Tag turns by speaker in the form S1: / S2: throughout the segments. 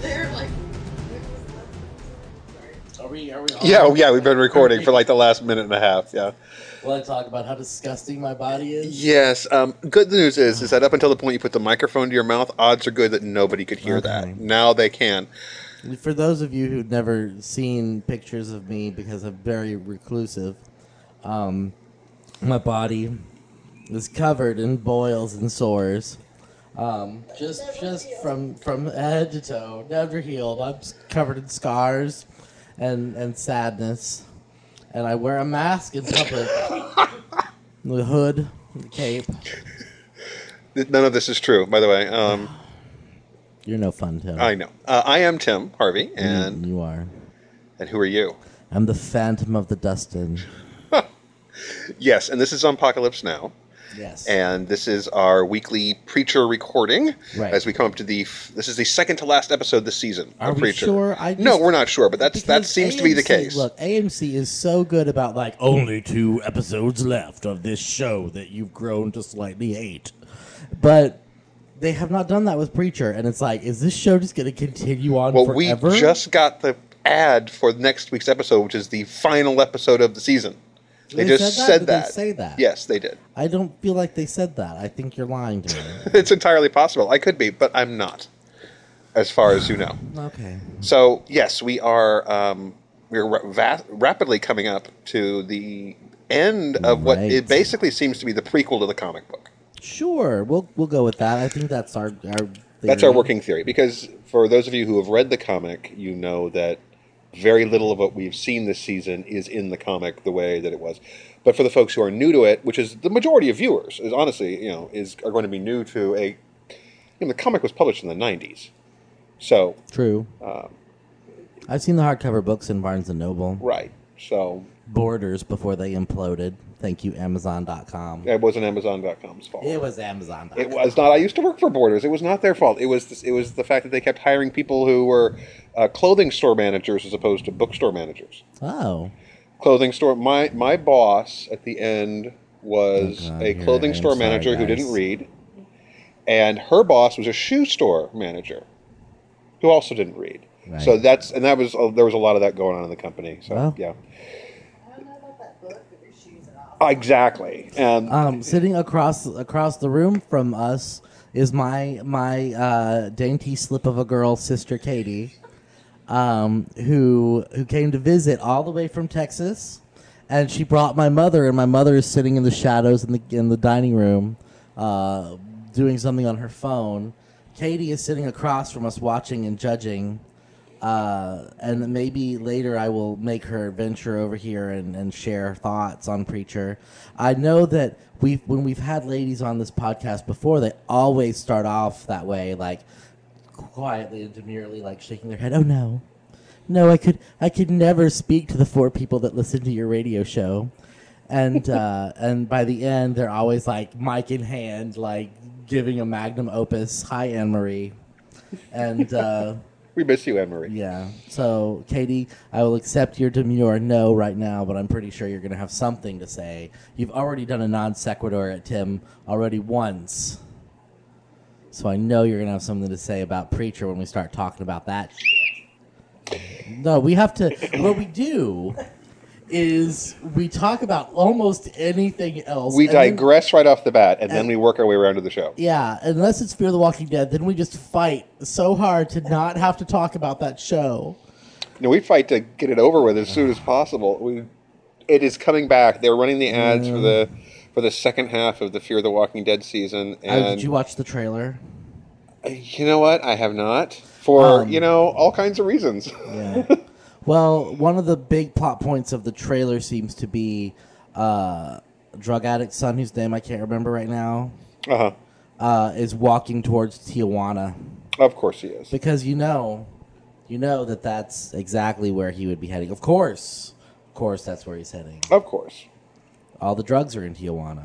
S1: They're like,
S2: Are we? Are we? on?
S3: Yeah, oh, yeah, we've been recording for like the last minute and a half. Yeah.
S2: Will I talk about how disgusting my body is?
S3: Yes. Um, good news is is that up until the point you put the microphone to your mouth, odds are good that nobody could hear
S2: Okay.
S3: that. Now they can.
S2: For those of you who've never seen pictures of me because I'm very reclusive, um, my body is covered in boils and sores. Um, just just from from head to toe, never healed. I'm s- covered in scars and and sadness, and I wear a mask in public, the hood, the cape.
S3: Th- None of this is true, by the way. Um,
S2: You're no fun, Tim.
S3: I know. Uh, I am Tim Harvey, and
S2: you are.
S3: and who are you?
S2: I'm the phantom of the Dustin.
S3: Yes, and this is Apocalypse Now,
S2: Yes.
S3: and this is our weekly preacher recording.
S2: Right.
S3: As we come up to the, f- this is the second to last episode this season.
S2: Are
S3: of
S2: we
S3: preacher.
S2: sure? I
S3: no,
S2: just-
S3: we're not sure, but that's that
S2: Because
S3: seems to be the
S2: AMC
S3: case.
S2: Look, AMC is so good about like only two episodes left of this show that you've grown to slightly hate, but they have not done that with Preacher, and it's like, is this show just going to continue on
S3: Well,
S2: forever?
S3: we just got the ad for next week's episode, which is the final episode of the season. They,
S2: They
S3: just
S2: said that?
S3: said
S2: Did they
S3: that.
S2: say that?
S3: Yes, they did.
S2: I don't feel like they said that. I think you're lying to me.
S3: It's entirely possible. I could be, but I'm not, as far as you know.
S2: okay.
S3: So yes, we are. Um, we're ra- va- rapidly coming up to the end of what
S2: Right.
S3: it basically seems to be the prequel to the comic book.
S2: Sure, we'll we'll go with that. I think that's our our.
S3: That's our
S2: theory.
S3: working theory because for those of you who have read the comic, you know that very little of what we've seen this season is in the comic the way that it was. But for the folks who are new to it, which is the majority of viewers, is honestly, you know, is are going to be new to a. You know, the comic was published in the '90s, so
S2: True.
S3: Um,
S2: I've seen the hardcover books in Barnes and Noble.
S3: right, so
S2: Borders before they imploded. Thank you, Amazon.com.
S3: it wasn't Amazon.com's fault.
S2: It was Amazon.
S3: It was not. I used to work for Borders. It was not their fault. It was this, it was the fact that they kept hiring people who were uh, clothing store managers as opposed to bookstore managers.
S2: Oh,
S3: Clothing store. My my boss at the end was
S2: Oh, God,
S3: a
S2: here I
S3: clothing
S2: am.
S3: store
S2: Sorry,
S3: manager who
S2: guys.
S3: didn't read, and her boss was a shoe store manager who also didn't read. So
S2: Right.
S3: that's and that was uh, there was a lot of that going on in the company. So
S2: Well.
S3: yeah,
S1: I don't know about that book, but your shoes are off.
S3: exactly. And
S2: um, sitting across across the room from us is my my uh, dainty slip of a girl, sister Katie, um, who who came to visit all the way from Texas, and she brought my mother, and my mother is sitting in the shadows in the in the dining room, uh, doing something on her phone. Katie is sitting across from us, watching and judging. uh, and maybe later I will make her venture over here and, and share thoughts on Preacher. I know that we've when we've had ladies on this podcast before, they always start off that way, like quietly and demurely, like shaking their head. Oh no, no, I could I could never speak to the four people that listen to your radio show. And uh, and by the end, they're always like mic in hand, like giving a magnum opus. Hi, Anne Marie, and. Uh,
S3: we miss you, Anne Marie.
S2: yeah. So, Katie, I will accept your demure no right now, but I'm pretty sure you're going to have something to say. You've already done a non sequitur at Tim already once. So I know you're going to have something to say about Preacher when we start talking about that. shit. No, we have to. What we do is we talk about almost anything else.
S3: We
S2: and then-
S3: digress right off the bat, and then we work our way around to the show.
S2: yeah, unless it's Fear the Walking Dead, then we just fight so hard to not have to talk about that show.
S3: No, we fight to get it over with as soon as possible. We, it is coming back. They're running the ads for the for the second half of the Fear the Walking Dead season,
S2: Oh,
S3: and
S2: did you watch the trailer?
S3: you know what? I have not for
S2: Um,
S3: you know all kinds of reasons.
S2: Yeah. well, one of the big plot points of the trailer seems to be uh, drug addict son, whose name I can't remember right now,
S3: Uh-huh.
S2: uh, is walking towards Tijuana
S3: Of course he is.
S2: because you know, you know that that's exactly where he would be heading. Of course, course, that's where he's heading.
S3: Of course.
S2: All the drugs are in Tijuana.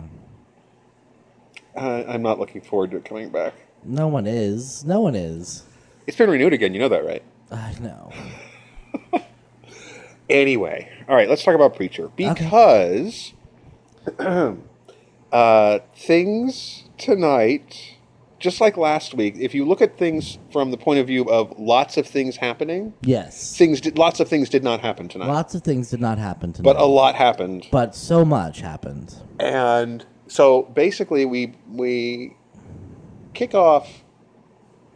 S3: Uh, I'm not looking forward to it coming back.
S2: No one is. No one is.
S3: It's been renewed again. You know that, right?
S2: I know.
S3: Anyway, all right, let's talk about Preacher because uh, things tonight, just like last week, if you look at things from the point of view of lots of things happening,
S2: Yes.
S3: things did, lots of things did not happen tonight,
S2: Lots of things did not happen tonight.
S3: but a lot happened,
S2: But so much happened.
S3: and so basically we we kick off.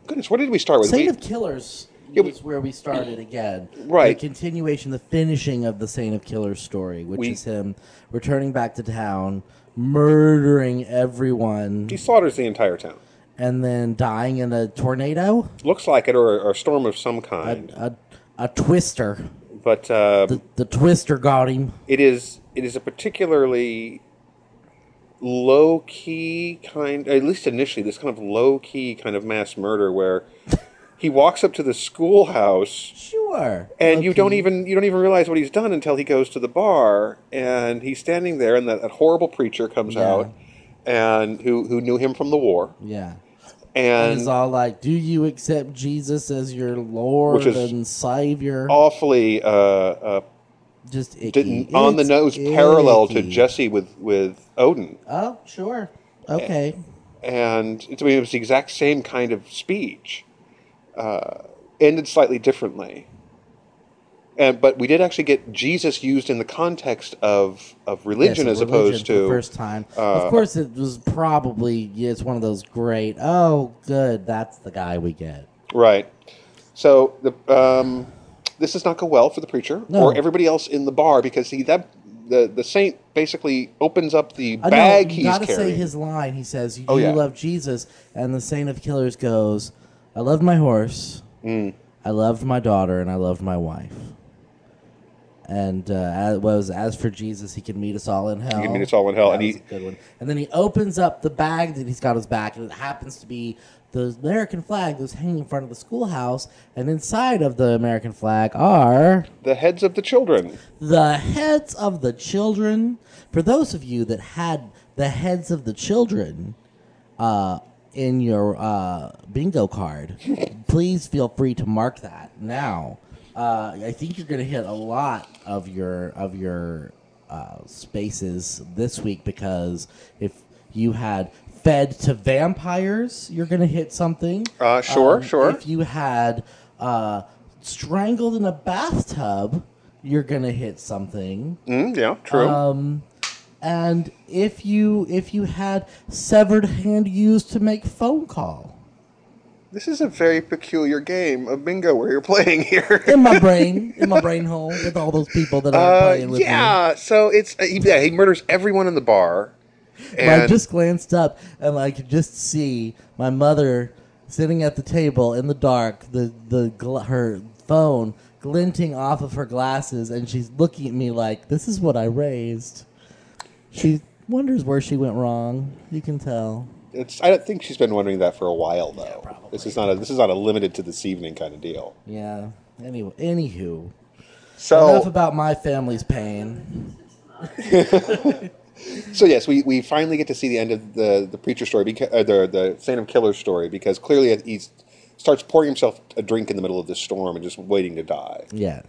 S3: Goodness, where did we start with?
S2: Saint
S3: We-
S2: of Killers
S3: Yeah,
S2: was where we started again.
S3: Right.
S2: The continuation, the finishing of the Saint of Killers story, which
S3: We-
S2: is him returning back to town, murdering everyone,
S3: he slaughters the entire town.
S2: and then dying in a tornado?
S3: Looks like it, or, or a storm of some
S2: A,
S3: kind.
S2: a, a twister.
S3: but uh,
S2: The, the twister got him.
S3: it is it is a particularly low key kind at least initially this kind of low key kind of mass murder where he walks up to the schoolhouse
S2: Sure.
S3: and you don't
S2: Okay.
S3: even you don't even realize what he's done until he goes to the bar and he's standing there and that, that horrible preacher comes
S2: Yeah.
S3: out and who who knew him from the war
S2: Yeah. And
S3: and
S2: he's all like, Do you accept Jesus as your Lord
S3: Which is
S2: and Savior?
S3: awfully uh, uh,
S2: Just icky.
S3: didn't, on the
S2: It's
S3: nose parallel to
S2: icky.
S3: Jesse with with Odin
S2: Oh, sure. Okay.
S3: Eh. and it's, I mean, it was the exact same kind of speech, uh, ended slightly differently. And but we did actually get Jesus used in the context of of religion
S2: Yes,
S3: as
S2: religion
S3: opposed
S2: for the
S3: to uh,
S2: first time. of course, it was probably yeah, it's one of those great. Oh, good, that's the guy we get.
S3: right. So the um, this does not go well for the preacher
S2: No.
S3: or everybody else in the bar because he that the the saint basically opens up the
S2: Uh, no,
S3: bag
S2: you
S3: he's
S2: gotta
S3: carrying.
S2: say his line. He says, "You
S3: Oh, yeah.
S2: love Jesus," and the Saint of Killers goes, "I loved my horse,
S3: Mm.
S2: I loved my daughter, and I loved my wife." And uh, as, what was as for Jesus, he can meet us all in hell.
S3: can meet us all in hell,
S2: That
S3: and
S2: was
S3: he-
S2: a good one. And then he opens up the bag that he's got on his back, and it happens to be the American flag that was hanging in front of the schoolhouse. And inside of the American flag are
S3: the heads of the children.
S2: the heads of the children. For those of you that had the heads of the children uh, in your uh, bingo card, please feel free to mark that now. Uh, I think you're going to hit a lot of your of your uh, spaces this week because if you had fed to vampires, you're going to hit something.
S3: Uh, sure,
S2: Um,
S3: sure.
S2: If you had uh, strangled in a bathtub, you're gonna hit something.
S3: Mm, yeah, true.
S2: Um, And if you if you had severed hand used to make phone call,
S3: this is a very peculiar game of bingo where you're playing here.
S2: in my brain, in my brain hole, with all those people that are
S3: Uh,
S2: playing with me.
S3: yeah, so it's uh, he, yeah, he murders everyone in the bar,
S2: And I
S3: and
S2: just glanced up and I could just see my mother sitting at the table in the dark, the the gl- her phone glinting off of her glasses, and she's looking at me like, "This is what I raised." She wonders where she went wrong. You can tell.
S3: it's, I don't think she's been wondering that for a while though. this is not a this is not a limited to this evening kind of deal.
S2: Yeah. Anyway, anywho, enough
S3: So
S2: about my family's pain.
S3: so yes, we, we finally get to see the end of the the preacher story because uh, the the Saint of Killer story because clearly he starts pouring himself a drink in the middle of this storm and just waiting to die,
S2: Yeah,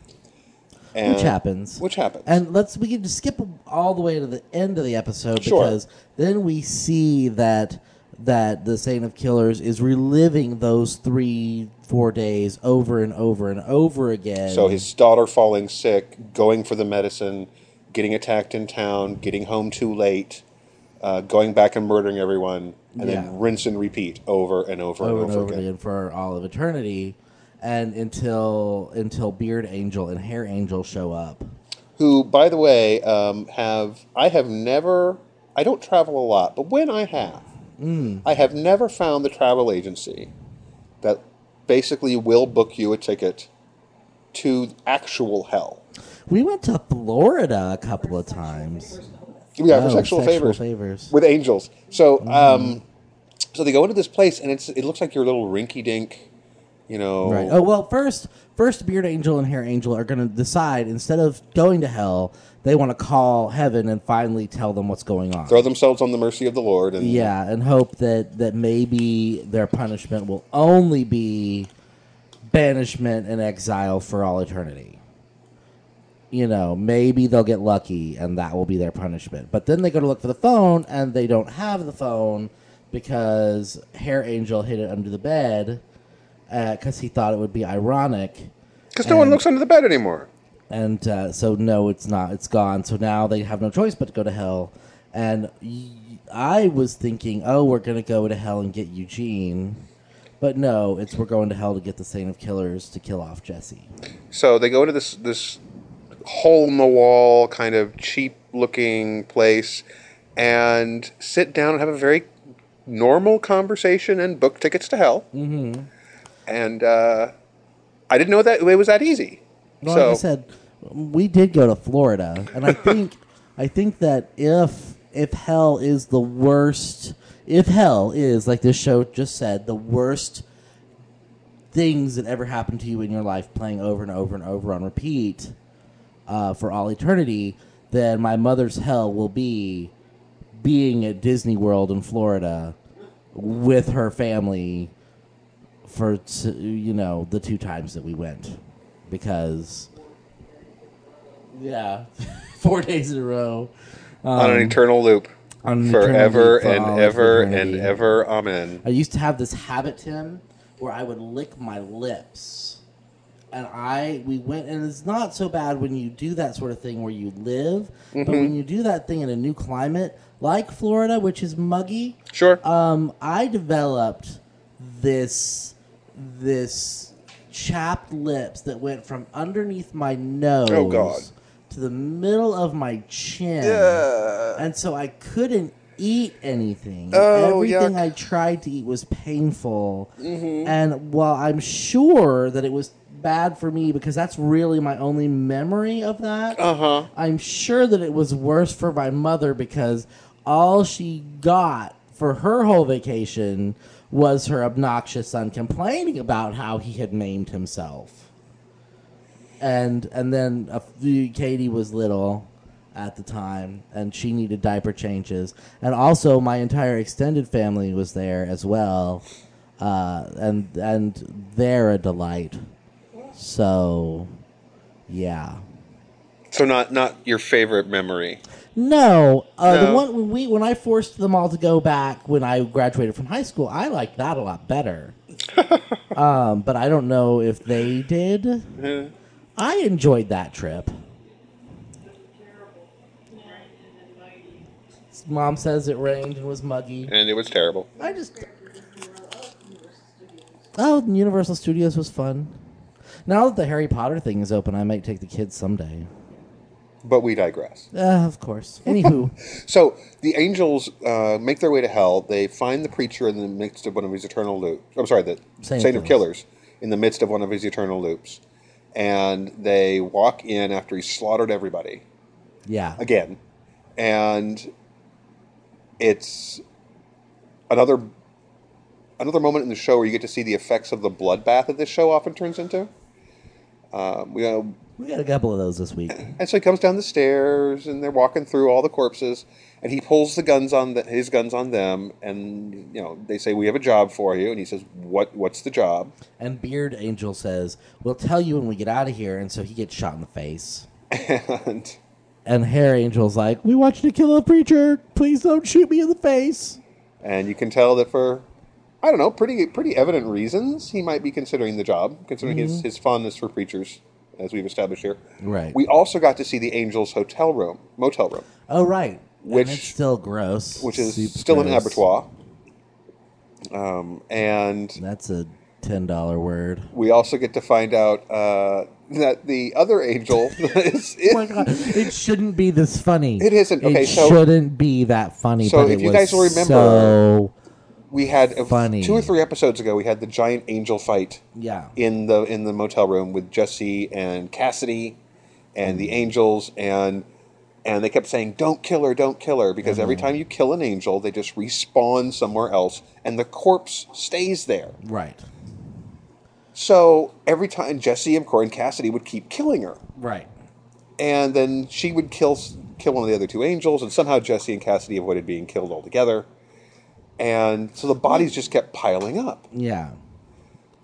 S3: and,
S2: which happens.
S3: Uh, which happens,
S2: And let's we can just skip all the way to the end of the episode
S3: Sure.
S2: because then we see that that the Saint of Killers is reliving those three four days over and over and over again.
S3: So his daughter falling sick, going for the medicine, getting attacked in town, getting home too late, uh, going back and murdering everyone, and
S2: Yeah.
S3: then rinse and repeat over and over,
S2: over and over
S3: again.
S2: again for all of eternity, and until until Beard Angel and Hair Angel show up.
S3: Who, by the way, um, have I have never. I don't travel a lot, but when I have,
S2: Mm.
S3: I have never found the travel agency that basically will book you a ticket to actual hell.
S2: We went to Florida a couple of times.
S3: Yeah, for
S2: Oh,
S3: sexual,
S2: sexual
S3: favors,
S2: favors. Mm.
S3: with angels. So, um, so they go into this place, and it's it looks like your little rinky dink, You know,
S2: Right. Oh well, first, first Beard Angel and Hair Angel are going to decide instead of going to hell, they want to call heaven and finally tell them what's going on.
S3: throw themselves on the mercy of the Lord. And
S2: yeah, and hope that that maybe their punishment will only be banishment and exile for all eternity. You know, maybe they'll get lucky and that will be their punishment. But then they go to look for the phone and they don't have the phone because Hair Angel hid it under the bed because he thought it would be ironic.
S3: because no one
S2: And-
S3: looks under the bed anymore.
S2: And uh, so, no, it's not. It's gone. So now they have no choice but to go to hell. And y- I was thinking, oh, we're going to go to hell and get Eugene. But no, it's we're going to hell to get the Saint of Killers to kill off Jesse.
S3: So they go to this this hole in the wall kind of cheap looking place and sit down and have a very normal conversation and book tickets to hell. Mm-hmm. And uh, I didn't know that it was that easy.
S2: Well,
S3: so
S2: like I said, we did go to Florida, and I think I think that if if hell is the worst, if hell is like this show just said, the worst things that ever happened to you in your life, playing over and over and over on repeat uh, for all eternity, then my mother's hell will be being at Disney World in Florida with her family for t- you know the two times that we went because yeah four days in a row
S3: on an eternal loop.
S2: Um, on an eternal
S3: forever
S2: loop for all
S3: and ever
S2: eternity.
S3: and ever. Amen.
S2: i used to have this habit tim where i would lick my lips and i we went and it's not so bad when you do that sort of thing where you live but when you do that thing in a new climate like florida which is muggy
S3: Sure.
S2: um, I developed this this chapped lips that went from underneath my nose
S3: Oh, God.
S2: to the middle of my chin, and so I couldn't eat anything.
S3: Oh,
S2: Everything
S3: yuck. Mm-hmm.
S2: I tried to eat was painful, and while I'm sure that it was bad for me because that's really my only memory of that.
S3: Uh huh.
S2: I'm sure that it was worse for my mother because all she got for her whole vacation was her obnoxious son complaining about how he had maimed himself. And and then a few, Katie was little at the time and she needed diaper changes. And also my entire extended family was there as well. Uh, and and they're a delight. So yeah.
S3: So not not your favorite memory.
S2: No, uh, the
S3: No.
S2: one when we when I forced them all to go back when I graduated from high school, I liked that a lot better. um, but I don't know if they did. I enjoyed that trip. Mom says it rained and was muggy.
S3: And it was terrible.
S2: I just. Oh, and Universal Studios was fun. Now that the Harry Potter thing is open, I might take the kids someday.
S3: But we digress.
S2: Uh, of course. Anywho.
S3: So the angels uh, make their way to hell. They find the preacher in the midst of one of his eternal loops. I'm sorry, the
S2: Saint
S3: Saint,
S2: of
S3: of Killers in the midst of one of his eternal loops. And they walk in after he slaughtered everybody
S2: Yeah.
S3: again. And it's another another moment in the show where you get to see the effects of the bloodbath that this show often turns into. Um, we know
S2: We got a couple of those this week.
S3: And so he comes down the stairs, and they're walking through all the corpses, and he pulls the guns on the, his guns on them, and you know they say, "We have a job for you," and he says, "What? What's the job?"
S2: And Beard Angel says, We'll tell you when we get out of here. And so he gets shot in the face.
S3: And
S2: And Hair Angel's like, We want you to kill a preacher. Please don't shoot me in the face.
S3: and you can tell that for I don't know, pretty pretty evident reasons he might be considering the job, considering his his fondness for preachers, as we've established here.
S2: Mm-hmm. Right.
S3: We also got to see the Angels' hotel room, motel room,
S2: Oh, right.
S3: Which-
S2: and it's still gross.
S3: which is
S2: Super
S3: still an
S2: gross.
S3: abattoir. Um, and
S2: That's a $10 word.
S3: we also get to find out uh, that the other angel is.
S2: Oh my God. It shouldn't be this funny.
S3: It isn't. Okay,
S2: it
S3: so-
S2: shouldn't be that funny.
S3: So
S2: but
S3: if
S2: it
S3: you
S2: was
S3: guys will remember-
S2: So,
S3: we had a,
S2: Funny.
S3: two or three episodes ago. We had the giant angel fight
S2: yeah.
S3: in the in the motel room with Jesse and Cassidy, and
S2: Mm-hmm.
S3: the angels and and they kept saying, "Don't kill her, don't kill her," because
S2: Mm-hmm.
S3: every time you kill an angel, they just respawn somewhere else, and the corpse stays there.
S2: Right.
S3: So every time Jesse, of course, and Cassidy would keep killing her,
S2: Right.
S3: and then she would kill kill one of the other two angels, and somehow Jesse and Cassidy avoided being killed altogether. And so the bodies just kept piling up.
S2: Yeah.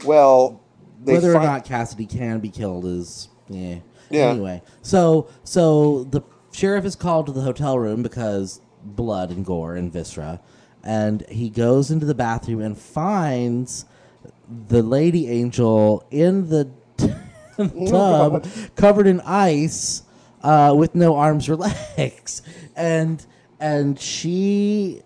S3: Well, they
S2: Whether
S3: fin-
S2: or not Cassidy can be killed is yeah.
S3: Yeah.
S2: Anyway, so so the sheriff is called to the hotel room because blood and gore and viscera, and he goes into the bathroom and finds the lady angel in the tub covered in ice uh, with no arms or legs and and she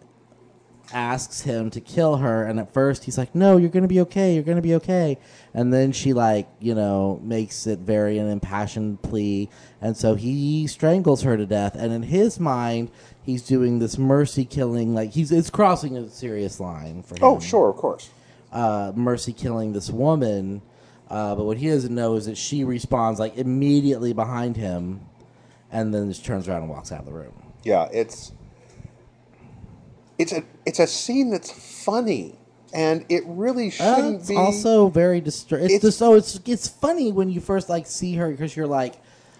S2: asks him to kill her and at first he's like no you're gonna be okay you're gonna be okay and then she like you know makes it very an impassioned plea and so he strangles her to death and in his mind he's doing this mercy killing like he's it's crossing a serious line for him
S3: oh, sure, of course.
S2: uh, Mercy killing this woman. Uh, but what he doesn't know is that she responds like immediately behind him, and then just turns around and walks out of the room.
S3: Yeah, it's it's a it's a scene that's funny, and it really
S2: Uh,
S3: shouldn't
S2: it's
S3: be.
S2: also very disturbing. It's,
S3: It's-
S2: just so it's it's funny when you first like see her because you're like,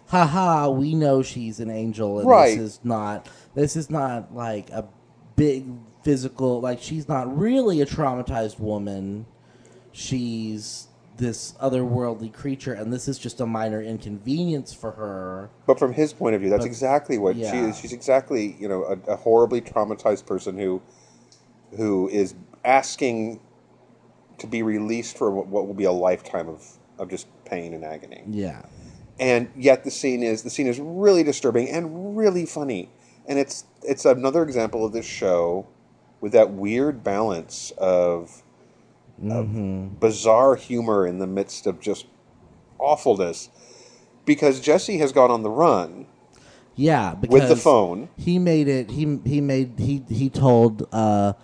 S2: haha, we know she's an angel, and
S3: Right.
S2: this is not this is not like a big physical like she's not really a traumatized woman. She's this otherworldly creature, and this is just a minor inconvenience for her.
S3: but from his point of view, that's exactly what she
S2: yeah.
S3: is. She's exactly you know a, a horribly traumatized person who who is asking to be released from what- what will be a lifetime of of just pain and agony.
S2: Yeah.
S3: and yet the scene is the scene is really disturbing and really funny and it's it's another example of this show with that weird balance of,
S2: Mm-hmm.
S3: of bizarre humor in the midst of just awfulness because Jesse has gone on the run
S2: Yeah, because
S3: with the phone
S2: He made it. He he made he he told uh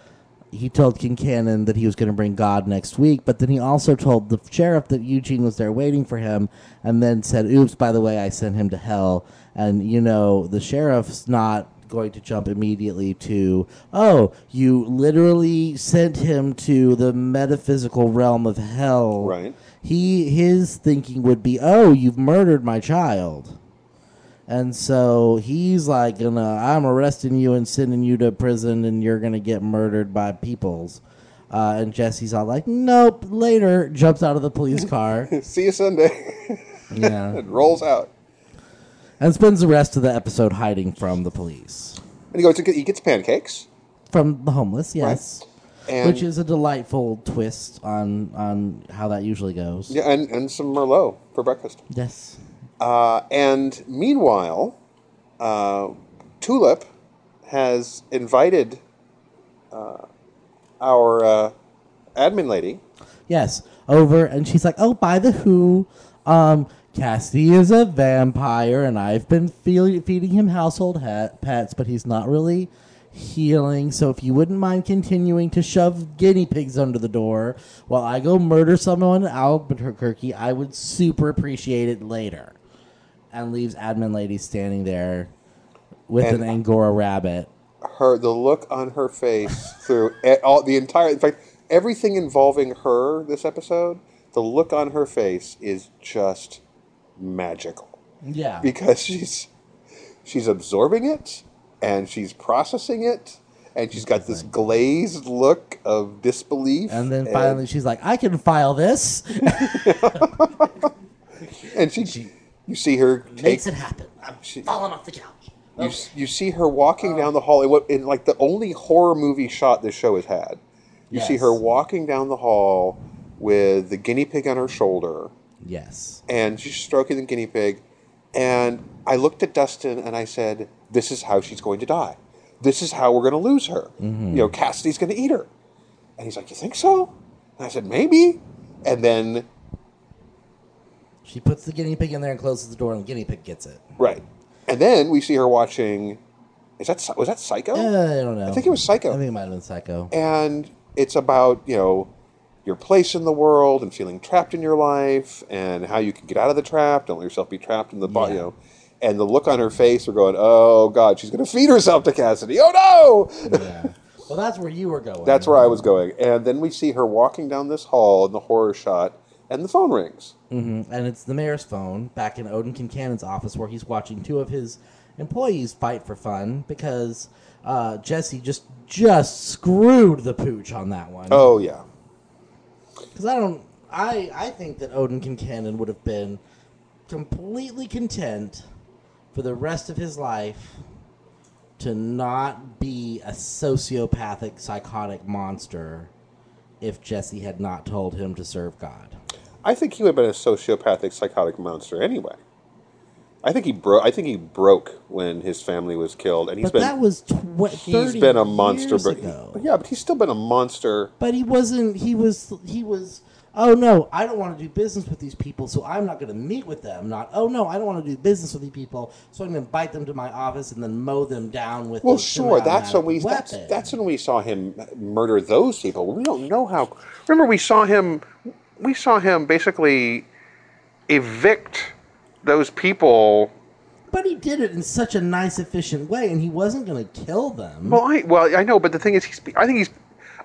S2: he told Kincannon that he was going to bring God next week, but then he also told the sheriff that Eugene was there waiting for him, and then said, "Oops, by the way, I sent him to hell." And you know the sheriff's not going to jump immediately to, "Oh, you literally sent him to the metaphysical realm of hell."
S3: Right.
S2: He his thinking would be, "Oh, you've murdered my child." And so he's like, gonna, I'm arresting you and sending you to prison, and you're gonna get murdered by peoples. Uh, and Jesse's all like, nope, later, jumps out of the police car.
S3: see you Sunday
S2: yeah.
S3: and rolls out
S2: And spends the rest of the episode hiding from the police.
S3: and he goes to get, he gets pancakes
S2: From the homeless, yes.
S3: and
S2: Which is a delightful twist on, on how that usually goes.
S3: yeah, and, and some merlot for breakfast
S2: Yes.
S3: Uh, and meanwhile, uh, Tulip has invited uh, our uh, admin lady.
S2: Yes, over, and she's like, "Oh, by the who, um, Cassidy is a vampire, and I've been feel- feeding him household ha- pets, but he's not really healing. So if you wouldn't mind continuing to shove guinea pigs under the door while I go murder someone in Albuquerque, I would super appreciate it later." And leaves admin lady standing there with
S3: And-
S2: an angora rabbit.
S3: Her the look on her face through e- all the entire, in fact, everything involving her this episode. The look on her face is just magical
S2: Yeah,
S3: because she's she's absorbing it and she's processing it. And she's got this glazed look of disbelief.
S2: and then finally she's like, "I can file this."
S3: and she, you see her take,
S2: Makes it happen. I'm
S3: she-
S2: falling off the couch.
S3: you, s- you see her walking down the hall in what in like the only horror movie shot this show has had you see
S2: Yes.
S3: her walking down the hall with the guinea pig on her shoulder
S2: Yes.
S3: and she's stroking the guinea pig and i looked at dustin and i said this is how she's going to die this is how we're going to lose her
S2: Mm-hmm.
S3: you know cassidy's going to eat her and he's like you think so and i said maybe and then
S2: She puts the guinea pig in there and closes the door, and the guinea pig gets it.
S3: right and then we see her watching is that Psy- was that psycho
S2: Uh, I don't know.
S3: Oh. I think it was Psycho.
S2: I think it might have been Psycho.
S3: and it's about you know your place in the world and feeling trapped in your life and how you can get out of the trap don't let yourself be trapped in the body
S2: Yeah.
S3: you know and the look on her face we're going oh god she's going to feed herself to cassidy oh no
S2: yeah. Well, that's where you were going.
S3: that's where i was going and then we see her walking down this hall in the horror shot and the phone rings.
S2: hmm And it's the mayor's phone back in Odin Kincannon's office where he's watching two of his employees fight for fun because uh, Jesse just just screwed the pooch on that one.
S3: Oh yeah,
S2: Because I don't. I I think that Odin Kincannon would have been completely content for the rest of his life to not be a sociopathic, psychotic monster if Jesse had not told him to serve God.
S3: I think he would have been a sociopathic, psychotic monster anyway. I think he broke. I think he broke when his family was killed, and he's
S2: but
S3: been
S2: that was tw-
S3: he's been a monster.
S2: years
S3: But
S2: ago.
S3: yeah, but he's still been a monster.
S2: But he wasn't. He was. He was. Oh no, I don't want to do business with these people, so I'm not going to meet with them. Not. Oh no, I don't want to do business with these people, so I'm going to invite them to my office and then mow them down with.
S3: Well,
S2: a
S3: sure.
S2: semi-automatic
S3: That's when we that's,
S2: weapon.
S3: that's when we saw him murder those people. We don't know how. Remember, we saw him. We saw him basically evict those people.
S2: But he did it in such a nice, efficient way, and he wasn't going to kill them.
S3: Well, I well I know, but the thing is, he's. I think he's.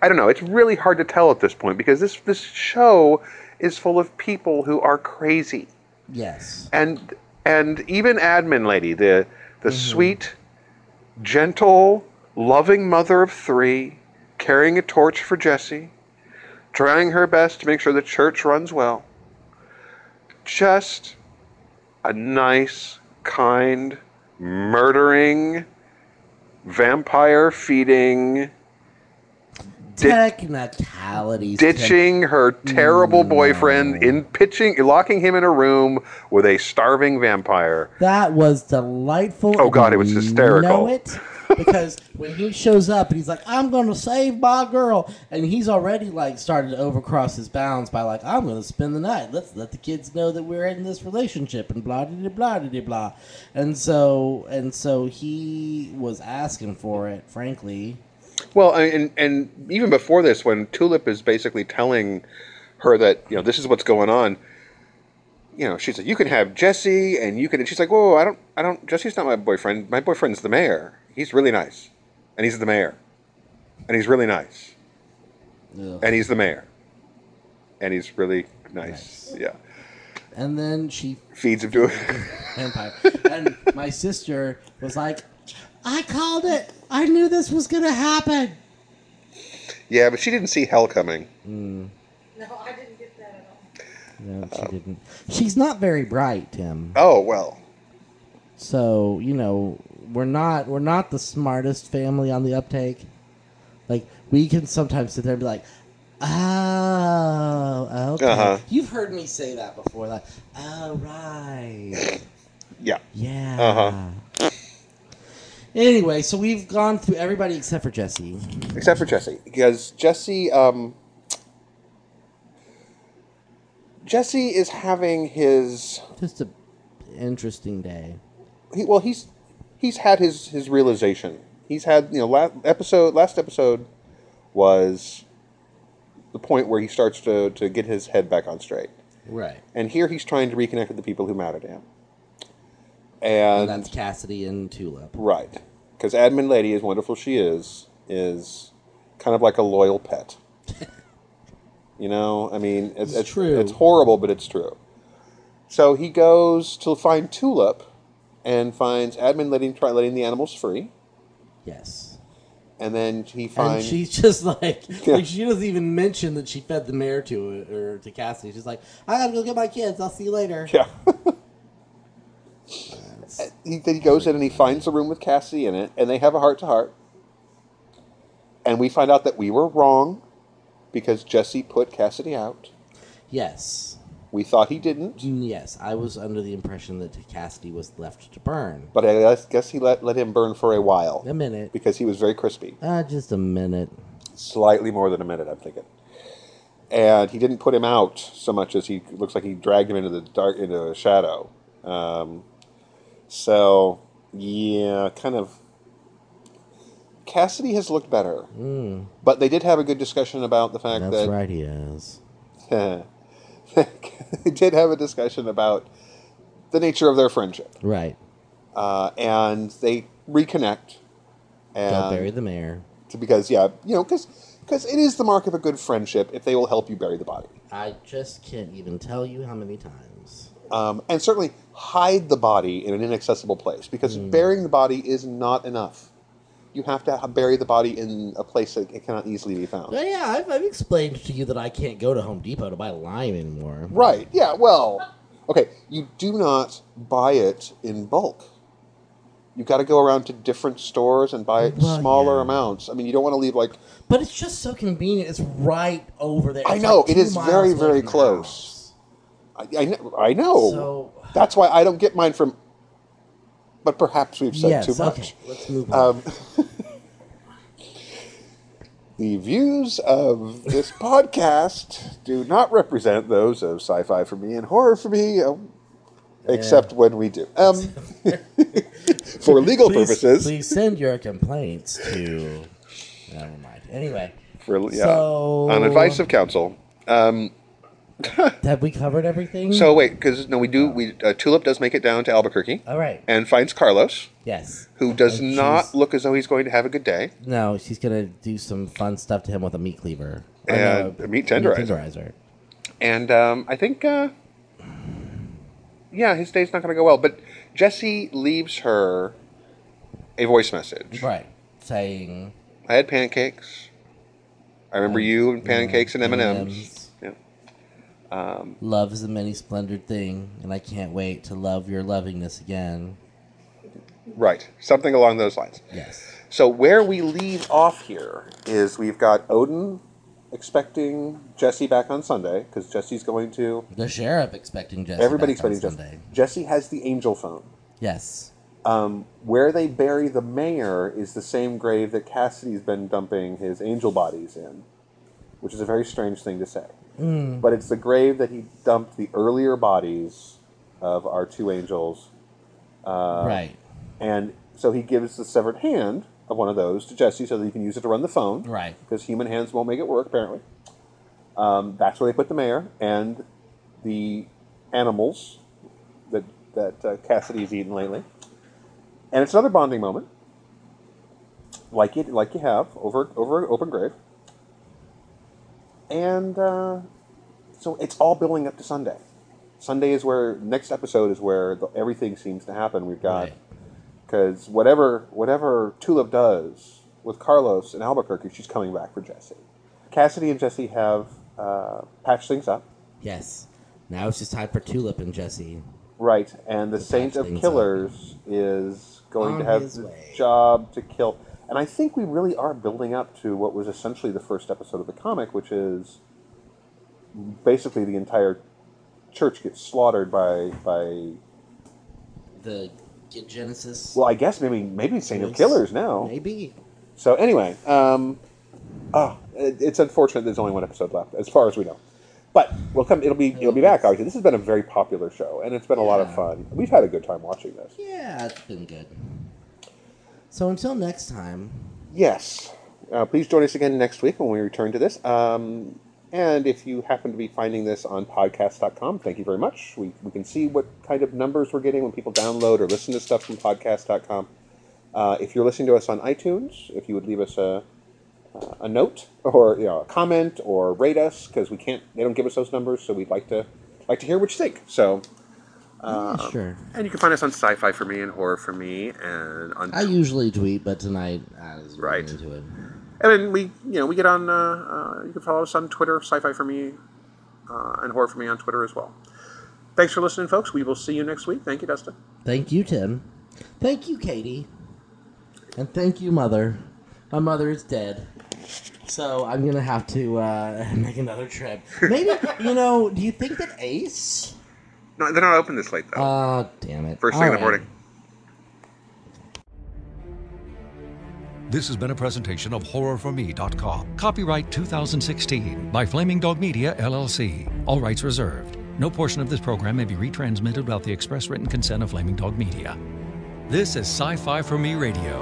S3: I don't know. It's really hard to tell at this point because this this show is full of people who are crazy.
S2: yes.
S3: and and even admin lady the the sweet gentle loving mother of three carrying a torch for jesse trying her best to make sure the church runs well just a nice kind murdering vampire feeding
S2: Technicalities.
S3: ditching her terrible boyfriend in pitching locking him in a room with a starving vampire
S2: That was delightful.
S3: Oh,
S2: and
S3: God, it was
S2: you Know
S3: hysterical.
S2: it because when he shows up and he's like, "I'm going to save my girl," and he's already like started to overcross his bounds by like, "I'm going to spend the night. Let's let the kids know that we're in this relationship," and blah de blah de blah. And so and so he was asking for it, frankly.
S3: Well, I- and and even before this, when Tulip is basically telling her that you know this is what's going on, you know, she's like, "You can have Jesse, and you can." And she's like, "Whoa, whoa, I don't, I don't. Jesse's not my boyfriend. My boyfriend's the mayor. He's really nice, and he's the mayor, and he's really nice,
S2: Ugh.
S3: and he's the mayor, and he's really nice. Yeah,
S2: And then she
S3: feeds him to.
S2: vampire. and my sister was like, "I called it. I knew this was going to happen."
S3: yeah, but she didn't see hell coming.
S1: No, I didn't get that at all.
S2: No, she didn't. She's not very bright, Tim.
S3: Oh well.
S2: So you know, we're not we're not the smartest family on the uptake. Like we can sometimes sit there and be like, "Oh, okay."
S3: Uh-huh.
S2: You've heard me say that before. Like, "Oh, right,
S3: Yeah.
S2: yeah."
S3: Uh-huh.
S2: Anyway, so we've gone through everybody except for Jesse.
S3: except for Jesse, because Jesse, um, Jesse is having his
S2: Just a interesting day.
S3: he, well, he's he's had his his realization. He's had you know last episode last episode was the point where he starts to to get his head back on straight,
S2: Right.
S3: and here he's trying to reconnect with the people who matter to him,
S2: And
S3: and,
S2: that's Cassidy and Tulip.
S3: right because admin lady, as wonderful she is, is kind of like a loyal pet. You know, I mean, it's, it's,
S2: true.
S3: It's horrible, but it's true. So he goes to find Tulip, and finds admin letting try letting the animals free,
S2: Yes.
S3: and then he
S2: And
S3: finds
S2: she's just like,
S3: Yeah.
S2: like, she doesn't even mention that she fed the mare to it or to Cassidy. She's like, I gotta go get my kids. I'll see you later.
S3: yeah. Uh, he, then he goes in and he finds the room with Cassie in it, and they have a heart to heart. And we find out that we were wrong because Jesse put Cassidy out.
S2: Yes, Mm,
S3: We thought he didn't,
S2: yes. I was under the impression that Cassidy was left to burn.
S3: but I guess- guess he let, let him burn for a while
S2: A minute,
S3: because he was very crispy.
S2: ah, just a minute.
S3: slightly more than a minute, I'm thinking. And he didn't put him out so much as he looks like he dragged him into the dark, into the shadow. Um, so yeah, kind of. Cassidy has looked better, but they did have a good discussion about the fact
S2: That's
S3: that
S2: right, he is.
S3: they did have a discussion about the nature of their friendship,
S2: Right.
S3: uh, and they reconnect. And
S2: Don't bury the mare.
S3: because yeah, you know, because it is the mark of a good friendship if they will help you bury the body.
S2: I just can't even tell you how many times.
S3: um, and certainly hide the body in an inaccessible place because
S2: Mm.
S3: burying the body is not enough. You have to ha- bury the body in a place that it cannot easily be found.
S2: But yeah, I've, I've explained to you that I can't go to Home Depot to buy lime anymore.
S3: Right? Yeah. Well, okay. You do not buy it in bulk. You've got to go around to different stores and buy it in
S2: Well,
S3: smaller
S2: yeah.
S3: amounts. I mean, you don't want to leave like
S2: But it's just so convenient. It's right over there.
S3: I
S2: It's
S3: know,
S2: like
S3: it
S2: two
S3: is
S2: miles
S3: very,
S2: away
S3: very
S2: from the
S3: close. Oh.
S2: house.
S3: I, I, kn- I know.
S2: So-
S3: That's why I don't get mine from. But perhaps we've said
S2: Yes.
S3: too much.
S2: Okay. Let's move on.
S3: Um, the views of this podcast do not represent those of sci-fi for me and horror for me, um, except when we do. Um, for legal
S2: please,
S3: purposes,
S2: Please send your complaints to. Never mind. Anyway,
S3: for, yeah,
S2: So-
S3: on advice of counsel.
S2: have we covered everything?
S3: So wait, because no, we do. We uh, Tulip does make it down to Albuquerque
S2: All right.
S3: and finds Carlos,
S2: Yes.
S3: who does
S2: And she's-
S3: not look as though he's going to have a good day.
S2: No, she's gonna do some fun stuff to him with a meat cleaver Or
S3: And
S2: no,
S3: a meat tenderizer.
S2: tenderizer.
S3: and um, I think, uh, yeah, his day's not going to go well. But Jesse leaves her a voice message.
S2: Right. Saying.
S3: I had pancakes. I remember you and pancakes and M and M's.
S2: M&Ms. Um, Love is a many splendored thing, and I can't wait to love your lovingness again.
S3: Right, something along those lines.
S2: Yes.
S3: So where we leave off here is we've got Odin expecting Jesse back on Sunday because Jesse's going to.
S2: The sheriff expecting Jesse.
S3: Everybody
S2: back on
S3: expecting Jesse.
S2: Sunday.
S3: Jesse has the angel phone.
S2: Yes.
S3: Um, where they bury the mayor is the same grave that Cassidy's been dumping his angel bodies in, which is a very strange thing to say. But it's the grave that he dumped the earlier bodies of our two angels. Uh,
S2: right.
S3: And so he gives the severed hand of one of those to Jesse so that he can use it to run the phone.
S2: Right.
S3: Because human hands won't make it work, apparently. Um, that's where they put the mayor and the animals that, that uh, Cassidy's eaten lately. And it's another bonding moment, like you, like you have over, over an open grave. And uh, so it's all building up to Sunday. Sunday is where, next episode is where the, everything seems to happen. We've got
S2: Right.
S3: because whatever whatever Tulip does with Carlos in Albuquerque, she's coming back for Jesse. Cassidy and Jesse have uh, patched things up,
S2: Yes. Now it's just time for Tulip and Jesse.
S3: right? And the Saint
S2: patch
S3: of
S2: things
S3: Killers is going
S2: On
S3: to have
S2: his
S3: the
S2: way.
S3: job to kill. And I think we really are building up to what was essentially the first episode of the comic, which is basically the entire church gets slaughtered by by.
S2: The Kid Genesis.
S3: Well, I guess maybe maybe Saint of Killers now.
S2: Maybe.
S3: So anyway, um, oh, it, it's unfortunate there's only one episode left, as far as we know. But we'll come. It'll be. It'll be back. Obviously, this has been a very popular show, and it's been a lot of
S2: Yeah.
S3: fun. We've had a good time watching this.
S2: Yeah, it's been good. So until next time,
S3: Yes. Uh, please join us again next week when we return to this. Um, and if you happen to be finding this on podcast.com, thank you very much. We, we can see what kind of numbers we're getting when people download or listen to stuff from podcast.com. Uh, if you're listening to us on iTunes, if you would leave us a, uh, a note or you know, a comment or rate us because we can't they don't give us those numbers, so we'd like to like to hear what you think. So Uh,
S2: Yeah, sure.
S3: and you can find us on Sci-Fi for me and Horror for me and on
S2: I usually tweet, but tonight I was really
S3: Right.
S2: into it.
S3: And then we, you know, we get on. Uh, uh, you can follow us on Twitter, Sci-Fi for me, uh, and Horror for me on Twitter as well. Thanks for listening, folks. We will see you next week. Thank you, Dustin.
S2: Thank you, Tim. Thank you, Katie. And thank you, Mother. My mother is dead. So I'm gonna have to uh, make another trip. Maybe you know? Do you think that Ace?
S3: No, they're not open this late though.
S2: Oh, damn it!
S3: First thing in the
S2: All right.
S3: morning.
S4: This has been a presentation of HorrorForMe.com. Copyright 2016 by Flaming Dog Media, LLC. All rights reserved. No portion of this program may be retransmitted without the express written consent of Flaming Dog Media. This is Sci Fi for Me Radio.